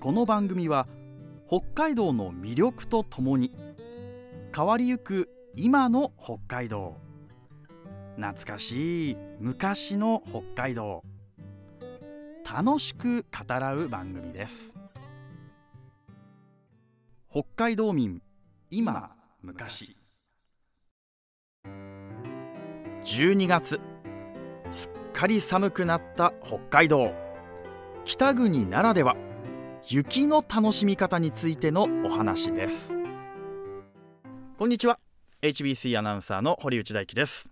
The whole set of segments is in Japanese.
この番組は北海道の魅力とともに変わりゆく今の北海道懐かしい昔の北海道楽しく語らう番組です北海道民今昔12月すっかり寒くなった北海道北国ならでは雪の楽しみ方についてのお話ですこんにちは HBC アナウンサーの堀内大輝です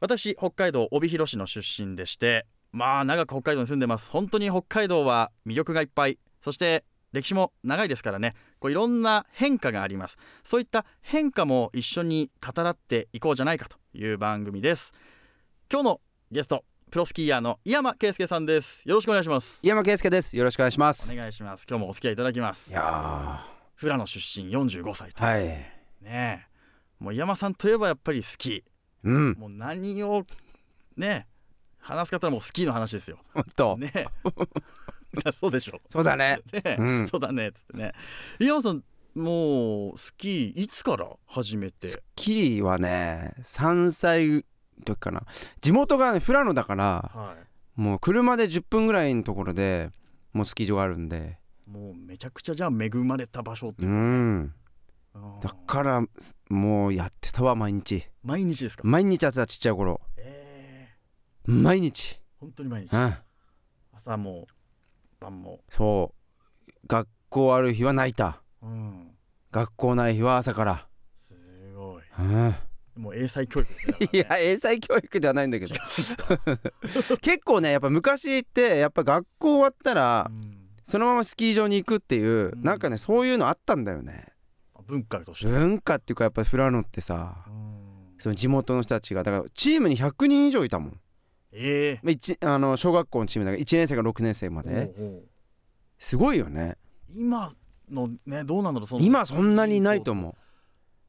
私北海道帯広市の出身でしてまあ長く北海道に住んでます本当に北海道は魅力がいっぱいそして歴史も長いですからねこういろんな変化がありますそういった変化も一緒に語らっていこうじゃないかという番組です今日のゲストプロスキーヤーの井山圭介さんですよろしくお願いします井山圭介です。よろしくお願いします。お願いします今日もお付き合いいただきますいや富良野出身45歳とー、はい。ねえもう井山さんといえばやっぱりスキうんー、もう何をね話す方もうスキーの話です よほんと、ねえだそうでしょ そうだね。ねえ、うんそうだねっつってね井山さんもうスキーいつから始めてスキーはね、3歳の時かな。地元がね、富良野だから、はもう車で10分ぐらいのところで、もうスキー場があるんで。いもうめちゃくちゃじゃあ恵まれた場所って、うん。うんだから、もうやってたわ、毎日。毎日ですか、毎日やってた、ちっちゃい頃。ええ毎日。本当に毎日うん。朝も晩もそう。学校ある日は泣いた。うん学校ない日は朝から。すごいうん。もう英才教育ですねだか いらねや英才教育ではないんだけど 結構ねやっぱ昔ってやっぱ学校終わったらうんそのままスキー場に行くっていう、うんなんかねそういうのあったんだよね文化として、文化っていうかやっぱ富良野ってさうんその地元の人たちがだからチームに100人以上いたもんええまあ一あの小学校のチームだから1年生から6年生までおうおうすごいよね今のねどうなんだろうその今そんなにいないと思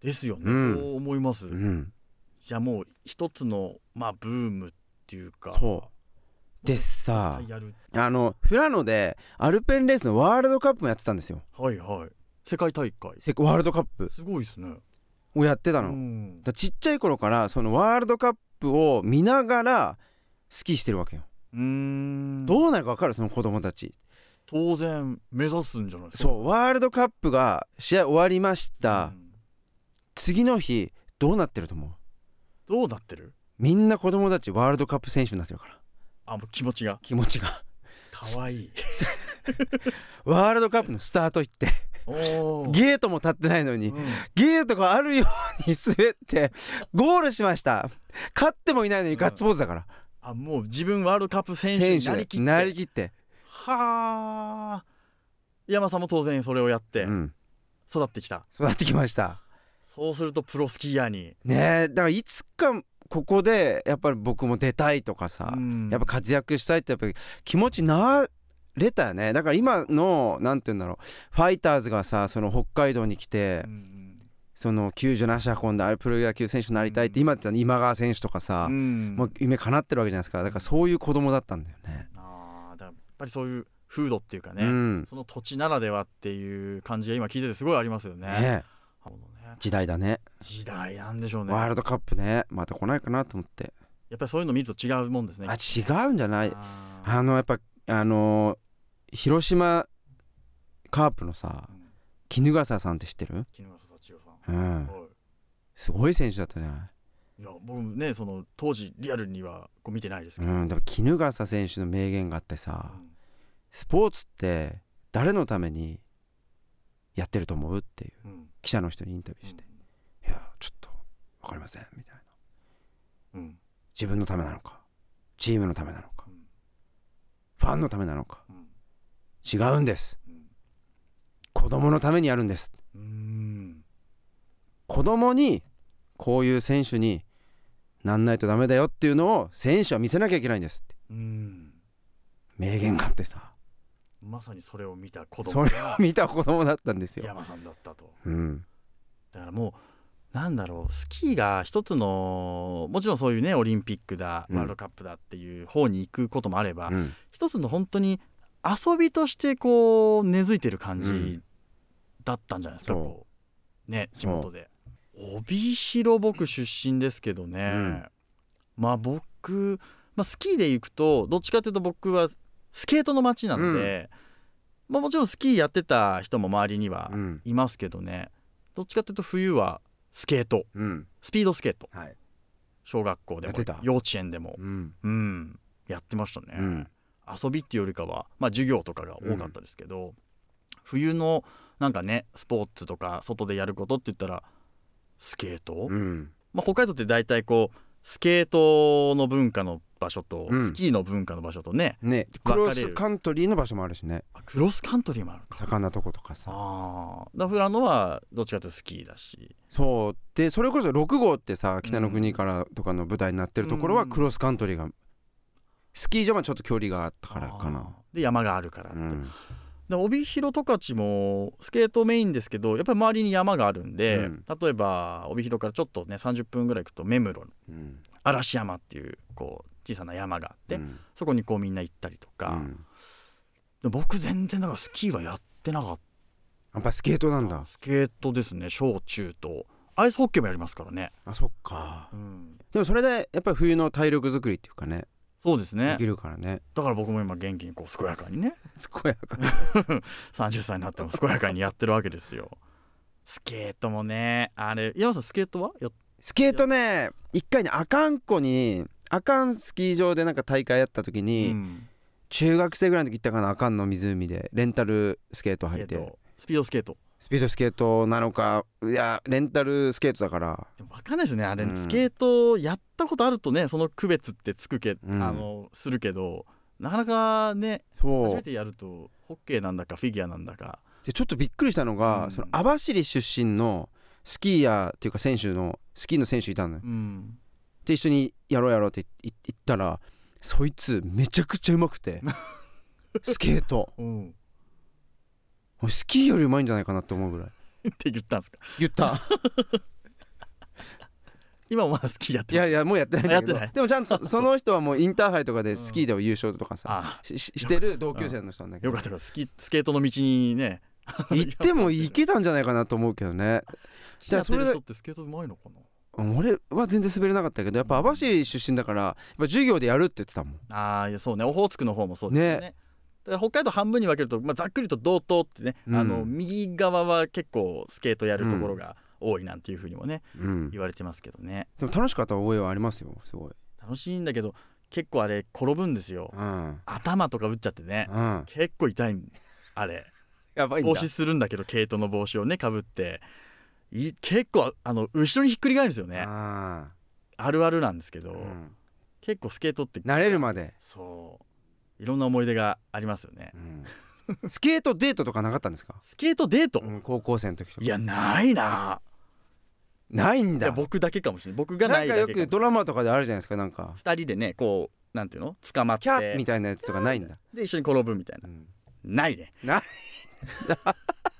ですよね、うんそう思います、ううんじゃあもう一つのまあブームっていうかそうでさやるあの富良野でアルペンレースのワールドカップもやってたんですよはいはい世界大会せワールドカップすごいですねをやってたあの、うんだか、らちっちゃい頃からそのワールドカップを見ながらスキーしてるわけよ、うーんどうなるか分かるその子供たち当然目指すんじゃないですかそうワールドカップが試合終わりましうた、ん次の日どうなってると思うどうなってるみんな子供たちワールドカップ選手になってるからあもう気持ちが気持ちが 可愛いいワールドカップのスタート行っておーゲートも立ってないのにうんゲートがあるように滑ってゴールしました勝ってもいないのにガッツポーズだから、あもう自分ワールドカップ選手選になりき手ってになりきってはあ山さんも当然それをやってうん、育ってきた、育ってきましたそうするとプロスキーヤーにねえだからいつかここでやっぱり僕も出たいとかさ、うんやっぱ活躍したいってやっぱり気持ちになれたよねだから今のなんて言うんだろうファイターズがさその北海道に来て、うんその救助なし運んだあれプロ野球選手になりたいっうて、ん今って今川選手とかさ、うんもう夢叶ってるわけじゃないですかだからそういう子供だったんだよね。あーだからやっぱりそういう風土っていうかね、うんねその土地ならではっていう感じが今聞いててすごいありますよね。えあのね時代だね時代なんでしょうね。ワーやルドカップねまた来ないかなと思ってっぱりそういうの見ると違うもんですね。あ違うんじゃないあーあのやっぱあの広島カープのさうん衣笠さんって知ってる衣笠幸代さ、うんんはすごい選手だったじゃないい、いや僕もねその当時リアルにはこう見てないですけど、うんでも衣笠選手の名言があってさうんスポーツって誰のためにやってると思うっていううん記者の人にインタビューして「いやちょっと分かりません」みたいなうん自分のためなのかチームのためなのかうんファンのためなのかうん違うんですうん子供のためにやるんですうん子供にこういう選手になんないとダメだよっていうのを選手は見せなきゃいけないんですってうん名言があってさまさにそれを見た子供それをが見た子供だったんですよ。山さんだったと。うん、だからもうなんだろうスキーが一つのもちろんそういうねオリンピックだうんワールドカップだっていう方に行くこともあれば、うん一つの本当に遊びとしてこう根付いてる感じだったんじゃないですか、そうこうね地そう元で帯広僕出身ですけどね、うんまあ僕、まあ、スキーで行くとどっちかっていうと僕はスケートの街なので、まあ、もちろんスキーやってた人も周りにはうんいますけどねどっちかっていうと冬はスケートうんスピードスケートはい小学校でもやってた幼稚園でも、うんうん、やってましたね、うん遊びっていうよりかは、まあ、授業とかが多かったですけど、冬のなんかねスポーツとか外でやることって言ったらスケート、うんまあ、北海道って大体こうスケートの文化の場所とうんスキーの文化の場所とね、ねク分かれるロスカントリーの場所もあるしねあクロスカントリーもあるのか。盛んなとことかさあーだから富良野はどっちかというとスキーだしそうでそれこそ6号ってさ北の国からとかの舞台になってるところうはんクロスカントリーがスキー場はちょっと距離があったからかなあーで山があるからって、うんで帯広十勝もスケートメインですけどやっぱり周りに山があるんで、うん例えば帯広からちょっとね30分ぐらい行くと目室うん嵐山っていうこう小さな山があって、うんそこにこうみんな行ったりとかう、んで僕全然だからスキーはやってなかっやっぱスケートなんだたスケートですね小中とアイスホッケーもやりますからね、あそっかうんでもそれでやっぱり冬の体力作りっていうかねそうですでねきるか らねだから僕も今元気にこう健やかにね健やかに30歳になっても健やかにやってるわけですよスケートもねあれ山さんスケートはやっスケートね一回ね阿寒湖に阿寒スキー場でなんか大会やった時に、うん中学生ぐらいの時行ったかな阿寒の湖でレンタルスケートスケ履ーいて、トスピードスケートスピードスケートなのかいやレンタルスケートだからでも分かんないですねあれ、うんスケートやったことあるとねその区別ってつくけ、うんあのするけどなかなかね初そめうてやるとホッケーなんだかフィギュアなんだかでちょっとびっくりしたのうが、んその網走出身のスキーヤーっていうか選手のスキーの選手いたのよ、うんで一緒にやろうやろうって言言ったらそいつめちゃくちゃうまく てスケートうんスキーよりうまいんじゃないかなって思うぐらいって言ったんですか言った 今もまだスキーやっいてやいやもうやってないんだけどあやってないでもちゃんとそ その人はもうインターハイとかでスキーでは優勝とかさ、あしししてる同級生の人なんだあけよどかったからスキスケートの道にね行っても行けたんじゃないかなと思うけどねスキーやってだるから人それってスケートうまいのかな俺は全然滑れなかったけどやっぱ網走出身だからやっぱ授業でやるって言ってたもんああいやそうねオホーツクの方もそうですよねだから北海道半分に分けると、まあ、ざっくりと道東ってね、うんあの右側は結構スケートやるところが多いなんていうふうにもね、うんで言われてますけどねも楽しかった覚えはありますよすごい楽しいんだけど結構あれ転ぶんですようん頭とか打っちゃってねうん結構痛いんあれやばいん帽だ子するんだけど毛糸の帽子をねかぶってい結構あの後ろにひっくり返るんですよねああるあるなんですけど、ーうん結構スケートって慣れるまで、そういろんな思い出がありますよねうんスケートデートとかなかったんですか、スケートデート、うん高校生の時とかいやないなないんいやだ僕だけかもしれない僕がないだなんかけよかくドラマとかであるじゃないですかなんか2人でねこうなんていうの捕まってキャッみたいなやつとかないんだ、で一緒に転ぶみたいなうんないねない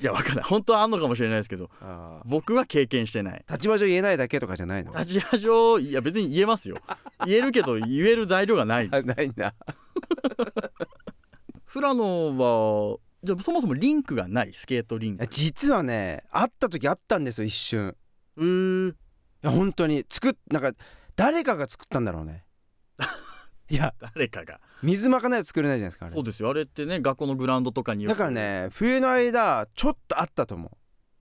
いやわかんない本当はあんのかもしれないですけどあー僕は経験してない立場上言えないだけとかじ ゃないの立ち上いや別に言えますよ言えるけど言える材料がないあないんだ富良野はじゃあそもそもリンクがないスケートリンク実はね会った時あったんですよ一瞬うーいや本当に作っなんか誰かが作ったんだろうね いや誰かが水まかないと作れないじゃないですかあそうれですよあれってね学校のグラウンドとかによくだからね冬の間ちょっとあったと思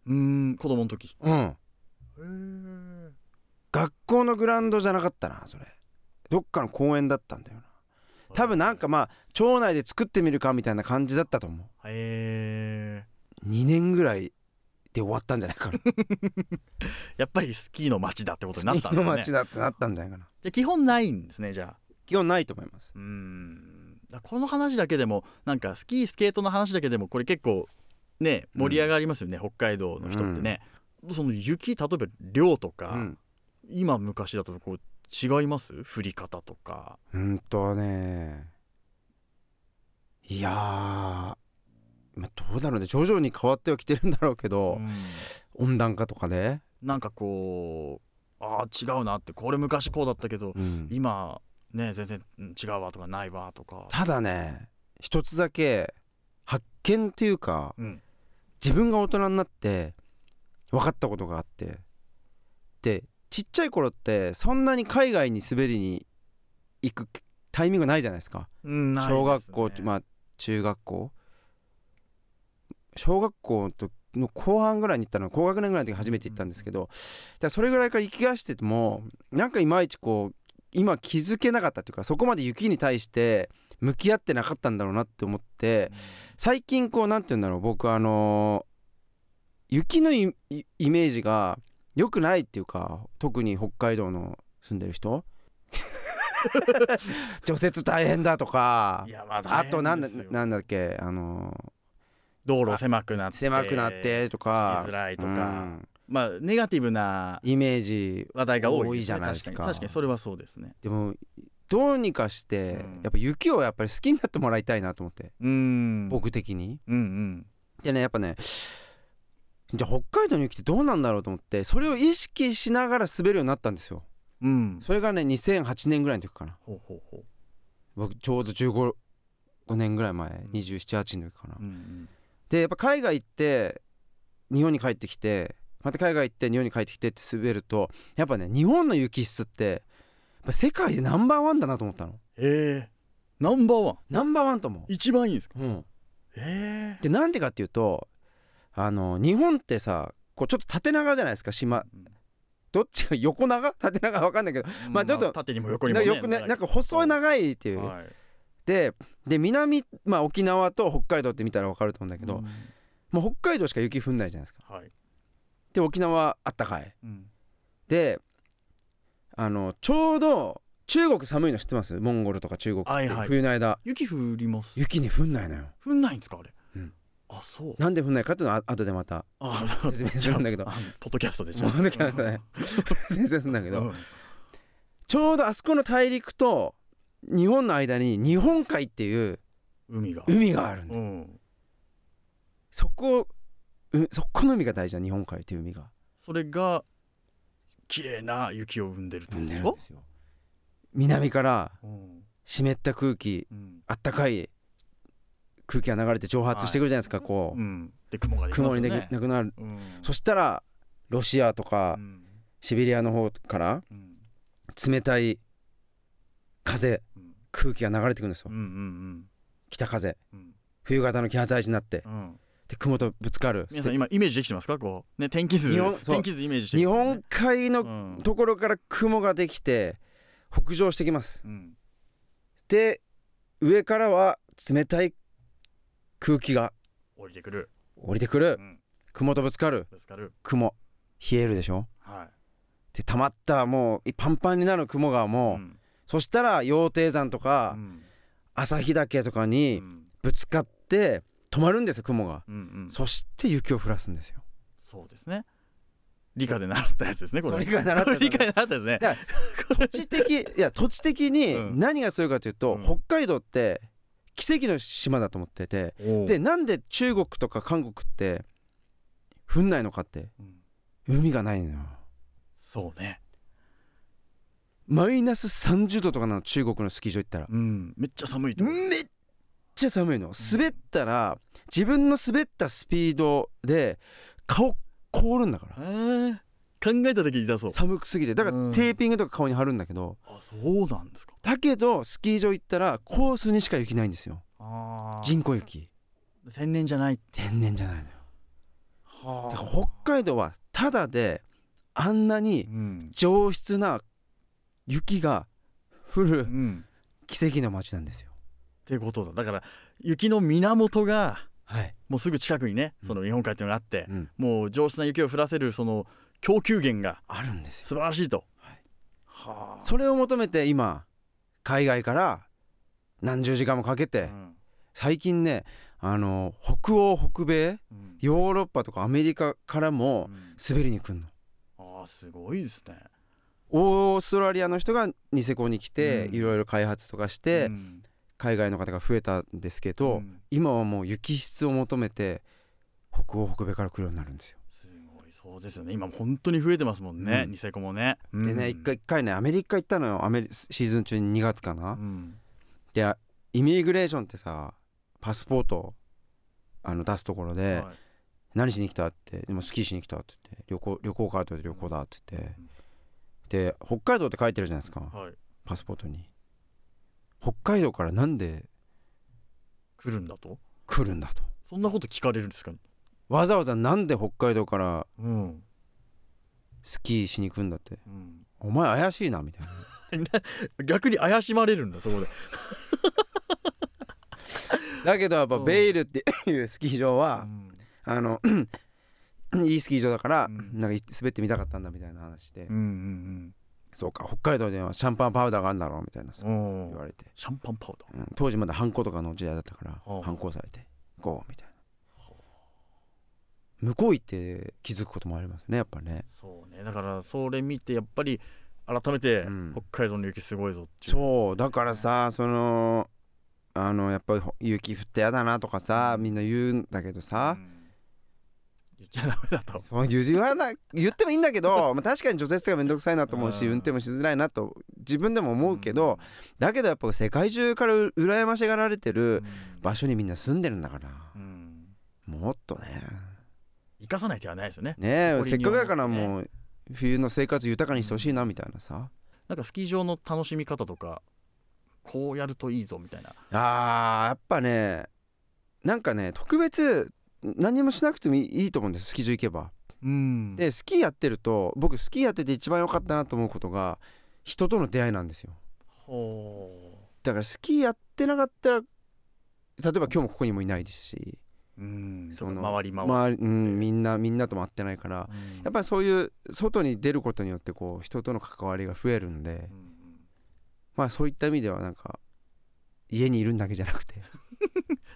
うーん子供の時ううん学校のグラウンドじゃなかったなそれどっかの公園だったんだよな多分なんかまあ町内で作ってみるかみたいな感じだったと思へえう2年ぐらいで終わったんじゃない かなやっぱりスキーの街だってことになったんですのかね町だってなったんじゃないかなじゃあ基本ないんですねじゃあ基本ないと思いますうーんだからこの話だけでもなんかスキースケートの話だけでもこれ結構ねうん盛り上がりますよね、北海道の人ってね、その雪例えば量とか、うん今昔だとこう違います降り方とかうんとねいやー、まあ、どうだろうね徐々に変わってはきてるんだろうけど、温暖化とかで、なんかこうああ違うなってこれ昔こうだったけどうん今ね全然うん違うわとかないわとか、ただね一つだけ発見っていうかうん、自分が大人になって分かったことがあってでちっちゃい頃ってそんなに海外に滑りに行くタイミングないじゃないですかうんないですね小学校、まあ中学校小学校の時の後半ぐらいに行ったの高学年ぐらいの時初めて行ったんですけど、だからそれぐらいから行きがしててもなんかいまいちこう今気づけなかったっていうかそこまで雪に対して向き合ってなかったんだろうなって思って、最近こうなんて言うんだろう僕あのー雪のイイイメージが良くないっていうか特に北海道の住んで る人除雪大変だとかいやまああとなんだ大変ですよなんだっけあの道路狭くなって狭くなってとか行きづらいとかうんまあネガティブなイメージ話題が多いですね多いじゃないですか確に確かにそれはそうですねでもどうにかして、うんやっぱ雪をやっぱり好きになってもらいたいなと思って、うん僕的に。うんうんでねやっぱねじゃあ北海道に来てどうなんだろうと思ってそれを意識しながら滑るようになったんですようんそれがね2008年ぐらいの時かなほうほうほ僕ちょうど15 5年ぐらい前ん278の時かな、う、うんでやっぱ海外行って日本に帰ってきてまた海外行って日本に帰ってきてって滑るとやっぱね日本の雪質ってやっぱ世界でナンバーワンだなと思ったのうん、えー、ナンバーワンナンバーワンと思一番いいんですかう、うん、えでなんでかっていうとあの日本ってさこうちょっと縦長じゃないですか島どっちが横長 縦長か分かんないけど、うんまあちょっと縦にも横にもなねよくねなんか細い長いっていう、はいでで南、まあ、沖縄と北海道って見たら分かると思うんだけど、うんもう北海道しか雪降んないじゃないですかはい、で沖縄あったかいうん、であのちょうど中国寒いの知ってますモンゴルとか中国ってはいはい冬の間雪降ります雪ね降んないのよ降んないんですかあれ、うんあそうなんで降んないかっていうのはあ後でまた あ説明するんだけどあのポッドキャストでじゃあ ポッドキャスト ね先生するんだけど、うんちょうどあそこの大陸と日本の間に日本海っていう海が海があるんだようんそこうそこの海が大事な日本海という海がそれが綺麗な雪を生んでるって生ことんででするかんですよ南からうん湿った空気うんあったかい空気が流れて蒸発してくるじゃないですか、こう、うんで雲ができますよ雲にねできなくなる、うんそしたらロシアとかうんシベリアの方からうん冷たい風うん空気が流れてくるんですよ、うんうん北風うんうん冬型の気圧配置になってうんで雲とぶつかる皆さん今イメージできてますかこうね天気図日本そう天気図イメージして日本海ののところから雲ができて北上してきますうんで上からは冷たい空気が降りてくる降りてくうるん雲とぶつかるぶつかる雲冷えるでしょはいで溜まったもうパンパンになる雲がもう、うんそしたら羊蹄山とかうん旭岳とかうにんぶつかって止まるんですよ雲が、うんうんそして雪を降らすんですよそうですね理科で習ったやつですねこそれれが習っこたれ理科で習ったやつね土 地的いや土地的うんに何がそういうかというと、うん北海道って奇跡の島だと思っててでなんで中国とか韓国って降んないのかってうん海がないのよそうねマイナス30度とかなの中国のスキー場行ったらうんめっちゃ寒いとこめっちゃ寒いの滑ったら自分の滑ったスピードで顔凍るんだからえー考えた時に痛そう寒くすぎてだからうんテーピングとか顔に貼るんだけどあそうなんですかだけどスキー場行ったらコースにしか雪ないんですよあ人工雪天然じゃない天然じゃないのよはだから北海道はただであんなにうん、上質な雪が降うるん、奇跡の街なんですよ。ってことだだから雪の源がはい、もうすぐ近くにねうんその日本海っていうのがあってう、ん、もう上質な雪を降らせるその供給源があるんですよ。素晴らしいとはいはあそれを求めて今海外から何十時間もかけうてん最近ねあの北欧北米うんヨーロッパとかアメリカからうもん滑りに来るの。ああすごいですねオーストラリアの人がニセコに来てうんいろいろ開発とかしてうん海外の方が増えたんですけうどん今はもう雪質を求めて北欧北米から来るようになるんですよ。すごいそうですよね今本当に増えてますもんね、うんニセコもね。でね一回一回ねアメリカ行ったのよアメリシーズン中に2月かな、うんでイミグレーションってさパスポートあの出すところで、はい何しに来たってでもスキーしに来たって言って旅行旅行かって言って旅行だって言ってで北海道って書いてるじゃないですかはい、パスポートに北海道からなんで来るんだと来るんだとそんなこと聞かれるんですか、わざわざなんで北海道からうんスキーしに行くんだってうん、お前怪しいなみたいな逆に怪しまれるんだそこで。だけどやっぱうんベイルっていうスキー場はうんあのいいスキー場だからうんなんか滑ってみたかったんだみたいな話でうんうんそうか北海道ではシャンパンパウダーがあるんだろうみたいなさうんお言ーわれてシャンパンパウダーうん当時まだ犯行とかの時代だったからはあ犯行されてゴーみたいな向こう行って気づくこともありますねやっぱねそうねだからそれ見てやっぱり改めてうん北海道の雪すごいぞっていう、そうだからさそのあのやっぱり雪降ってやだなとかさみんな言うんだけどうさ、ん言っちゃダメだとそう言わな言ってもいいんだけどまあ確かに除雪がめんどくさいなと思うしうん運転もしづらいなと自分でも思うけど、だけどやっぱ世界中からう羨ましがられてうんる場所にみんな住んでるんだから、うんもっとね生かさない手はないですよねねえ誇せりっにか思くうだからもう冬の生活豊かにしてほしいなみたいなさなんかスキー場の楽しみ方とかこうやるといいぞみたいなあーやっぱねなんかね特別何もしなくてもいいいいと思うんですスキー場行けば。うんでスキーやってると僕スキーやってて一番良かったなと思うことが人との出会いなんですよ。ほだからスキーやってなかったら例えば今日もここにもいないですしううんそそのの回り回る、周りうん、みんなみんなとも会ってないからうんやっぱりそういう外に出ることによってこう人との関わりが増えるんでうんうんまあそういった意味ではなんか家にいるんだけじゃな くて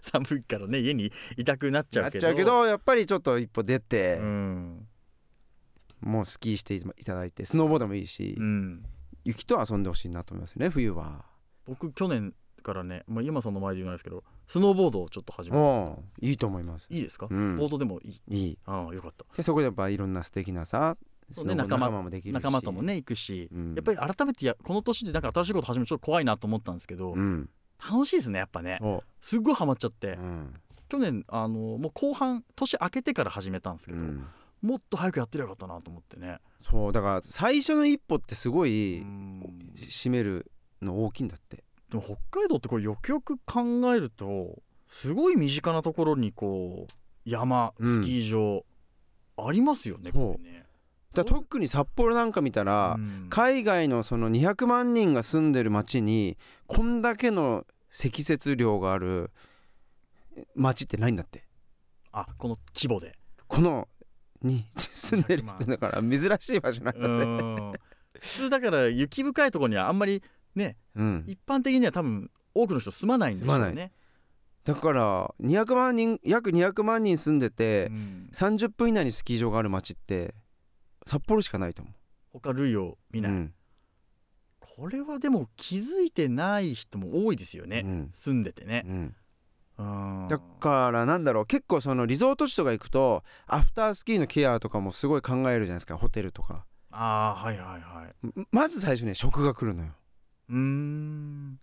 寒いからね家にいたくなっちゃなうっけちどゃうけどやっぱりちょっと一歩出てうん、もうスキーしていただいてスノーボードもいいしうん、雪と遊んでほしいなと思いますね冬は。僕去年からね、まあ、今さんの前で言わないですけどスノーボードをちょっと始めたもういいと思います。いいですか、うんボードでもいいいいああよかったでそこでやっぱいろんな素敵なさスそうねノボ仲仲間間もできるし仲間ともね行くし、うんやっぱり改めてやこの年でなんか新しいこと始めるのちょっと怖いなと思ったんですけど、うん楽しいですねやっぱねそすっごいハマっちゃって、ううん去年あのもう後半年明けてから始めたんですけうど、んもっと早くやってりゃよかったなと思ってね、そうだから最初の一歩ってすごういんで占めるの大きいんだっても北海道ってこれよくよく考えるとすごい身近なところにこう山うんスキー場、ありますよねそうこれねだから特に札幌なんか見たらうん海外のその200万人が住んでる町にこんだけの積雪量がある町ってないんだってあこの規模 でこのに住んでる人だから珍しい場所なんうだってん普通だから雪深いところにはあんまりねうん一般的には多分多くの人住まないんですよ住まなね、だから200万人約200万人住んでてうん30分以内にスキー場がある町って札幌しかないと思う他類を見ない、うんこれはでも気づいてない人も多いですよね、うん住んでてね、うんうんだからなんだろう結構そのリゾート地とか行くとアフタースキーのケアとかもすごい考えるじゃないですかホテルとかああはいはいはいんまず最初ね食が来るのようーん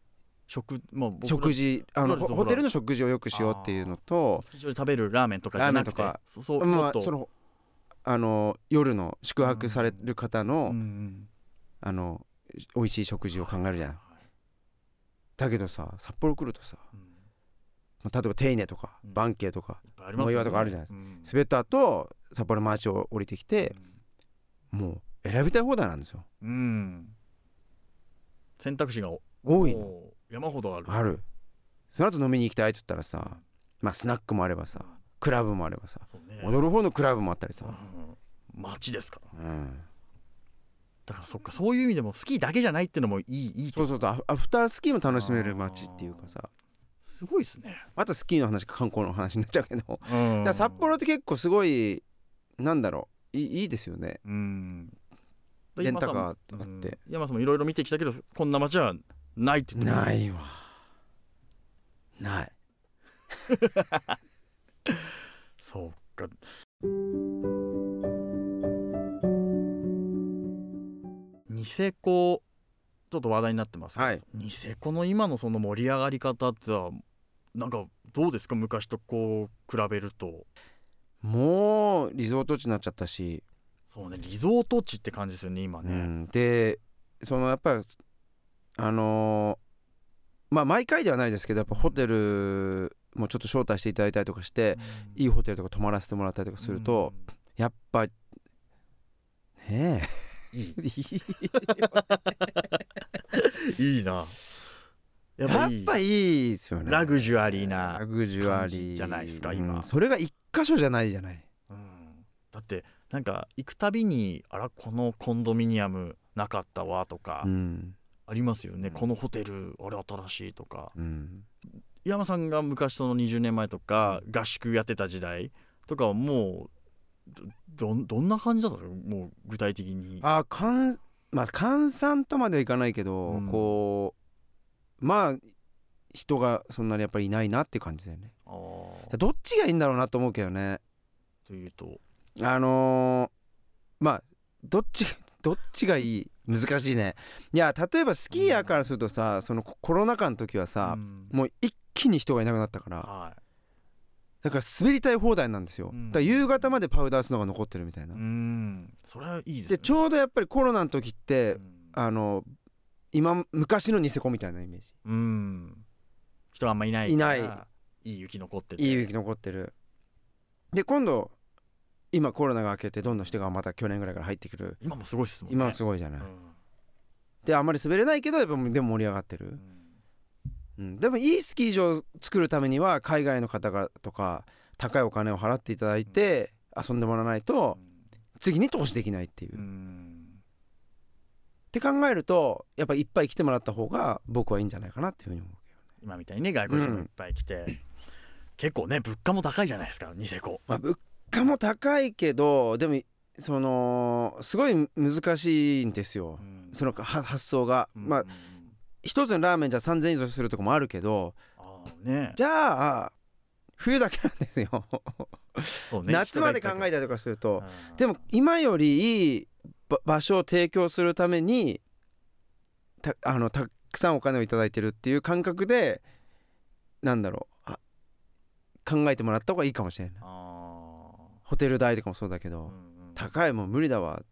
食まあ僕ら食事あのほらホほらホテルの食事をよくしようっていうのとスキー場で食べるラーメンとかじゃなくてラーメンとかそそうもまっあとそのあの夜の宿泊される方の、うんうんあの美味しい食事を考えるじゃんだけどさ札幌来るとさうんまあ例えばテイネとかうんバンケイとかいっぱいありますよね藻岩とかあるじゃないですうん滑った後札幌町を降りてきてもう選びたい放題なんですようんうん選択肢が多多いの山ほどあるあるその後飲みに行きたいって言ったらさまあスナックもあればさクラブもあればさそうね踊る方のクラブもあったりさ、うん街ですからうん、だからそっかそういう意味でもスキーだけじゃないってのもいいいいそうそうそうアフアフタースキーも楽しめる街っていうかさすごいですねまたスキーの話か観光の話になっちゃうけどだかうんら札幌って結構すごいなんだろういいいいですよねうんレンタカーうとかっんて、山さんもいろいろ見てきたけどこんな街はないって言ってないいわないそうかニセコちょっと話題になってますけど、はいニセコの今のその盛り上がり方ってのはなんかどうですか昔とこう比べるともうリゾート地になっちゃったし、そうねリゾート地って感じですよね今うね、んでそのやっぱりあのーまあ毎回ではないですけどやっぱホテルもちょっと招待していただいたりとかして、いいホテルとか泊まらせてもらったりとかすると、やっぱねえうん、いいいいいいな やっやぱっいいぱいいですよねラグジュアリーなラグジュア感リーじじゃないですか今うんそれが一箇所じゃないじゃないうんだってなんか行くたびにあらこのコンドミニアムなかったわとかうんありますよね、うんこのホテルあれ新しいとかうん山さんが昔その20年前とか合宿やってた時代とかはもうどどんどんな感じだったんですかもう具体的にあーかんまあ閑散とまではいかないけど、うんこうまあ人がそんなにやっぱりいないなって感じだよねあーどっちがいいんだろうなと思うけどねというとあのーまあどっち どっちがいい難しいねいや例えばスキーヤーからするとさそのココロナ禍の時はさう、んもう一気に人がいなくなったからはだから滑りたい放題なんですよ、うんだから夕方までパウダースノーが残ってるみたいいな、うんそれはいいですねでちょうどやっぱりコロナの時ってうんあの今昔のニセコみたいなイメージうん人あんまいないからいないいい雪残ってていい雪残ってるで今度今コロナが明けてどんどん人がまた去年ぐらいから入ってくる今もすごいですもんね今はすごいじゃない、うんであんまり滑れないけどやっぱでも盛り上がってうる、んうん、でもいいスキー場を作るためには海外の方がとか高いお金を払っていただいて遊んでもらわないと次に投資できないっていう、うっんて考えるとやっぱいっぱい来てもらった方が僕はいいんじゃないかなっていうふうに思う今みたいにね外国人もいっぱい来て、結構ね物価も高いじゃないですかニセコまあ、物価も高いけどでもそのすごい難しいんですよ、その、のは発想が、まあうん一つのラーメンじゃ3,000円以上するとこもあるけどあーねじゃあ冬だけなんですよ、そうね夏まで考えたりとかすると、うんでも今よりいいば場所を提供するためにたあのたくさんお金をいただいてるっていう感覚でなんだろうあ考えてもらった方がいいかもしれないあホテル代とかもそうだけー、う、どんうん高いもん無理だわ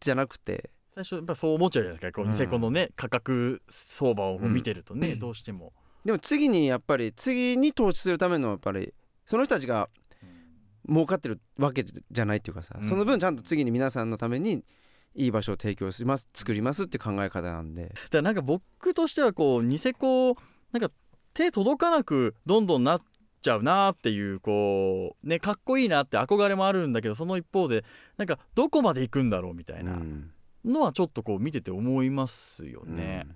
じゃなくて最初やっぱそう思っちゃうじゃないですかこううんニセコのね、価格相場を見てるとね、うんどうしても、でも次にやっぱり次に投資するためのやっぱりその人たちが儲かってるわけじゃないっていうかさ、うんその分ちゃんと次に皆さんのためにいい場所を提供します作りますって考え方なんでだからなんか僕としてはこうニセコなんか手届かなくどんどんなっちゃうなっていうこうねかっこいいなって憧れもあるんだけどその一方でなんかどこまで行くんだろうみたいなうんのはちょっとこう見てて思いますよね。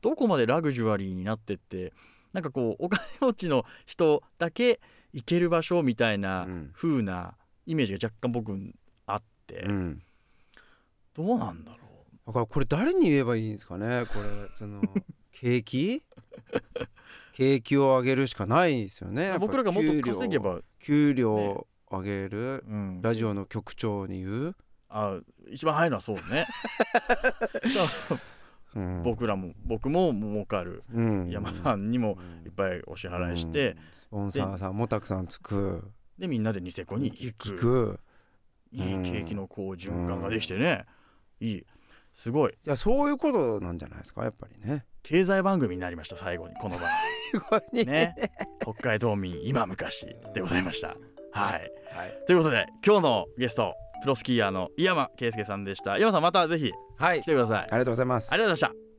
どこまでラグジュアリーになってってなんかこうお金持ちの人だけ行ける場所みたいうんな風なイメージが若干僕あって、うんどうなんだろうだからこれ誰に言えばいいんですかねこれ その景気景気を上げるしかないですよねやっぱ僕らがもっと稼げば、給料給料を上げるうんラジオの局長に言う、あ一番早いのはそう ねそううん、僕らも僕も儲かるうん山さんにもうんいっぱいお支払いしてうん、スポンサーさんもたくさんつくでみんなでニセコに行聞くくいい景気のこう循環ができてね、いいすごいいやそういうことなんじゃないですかやっぱりね。経済番組になりました最後にこの番組 ね北海道民今昔でございましたはい はい、ということで今日のゲストプロスキーヤーの井山圭介さんでした井山さんまたぜひはい、あり来てくださいありがとうございますがとうございました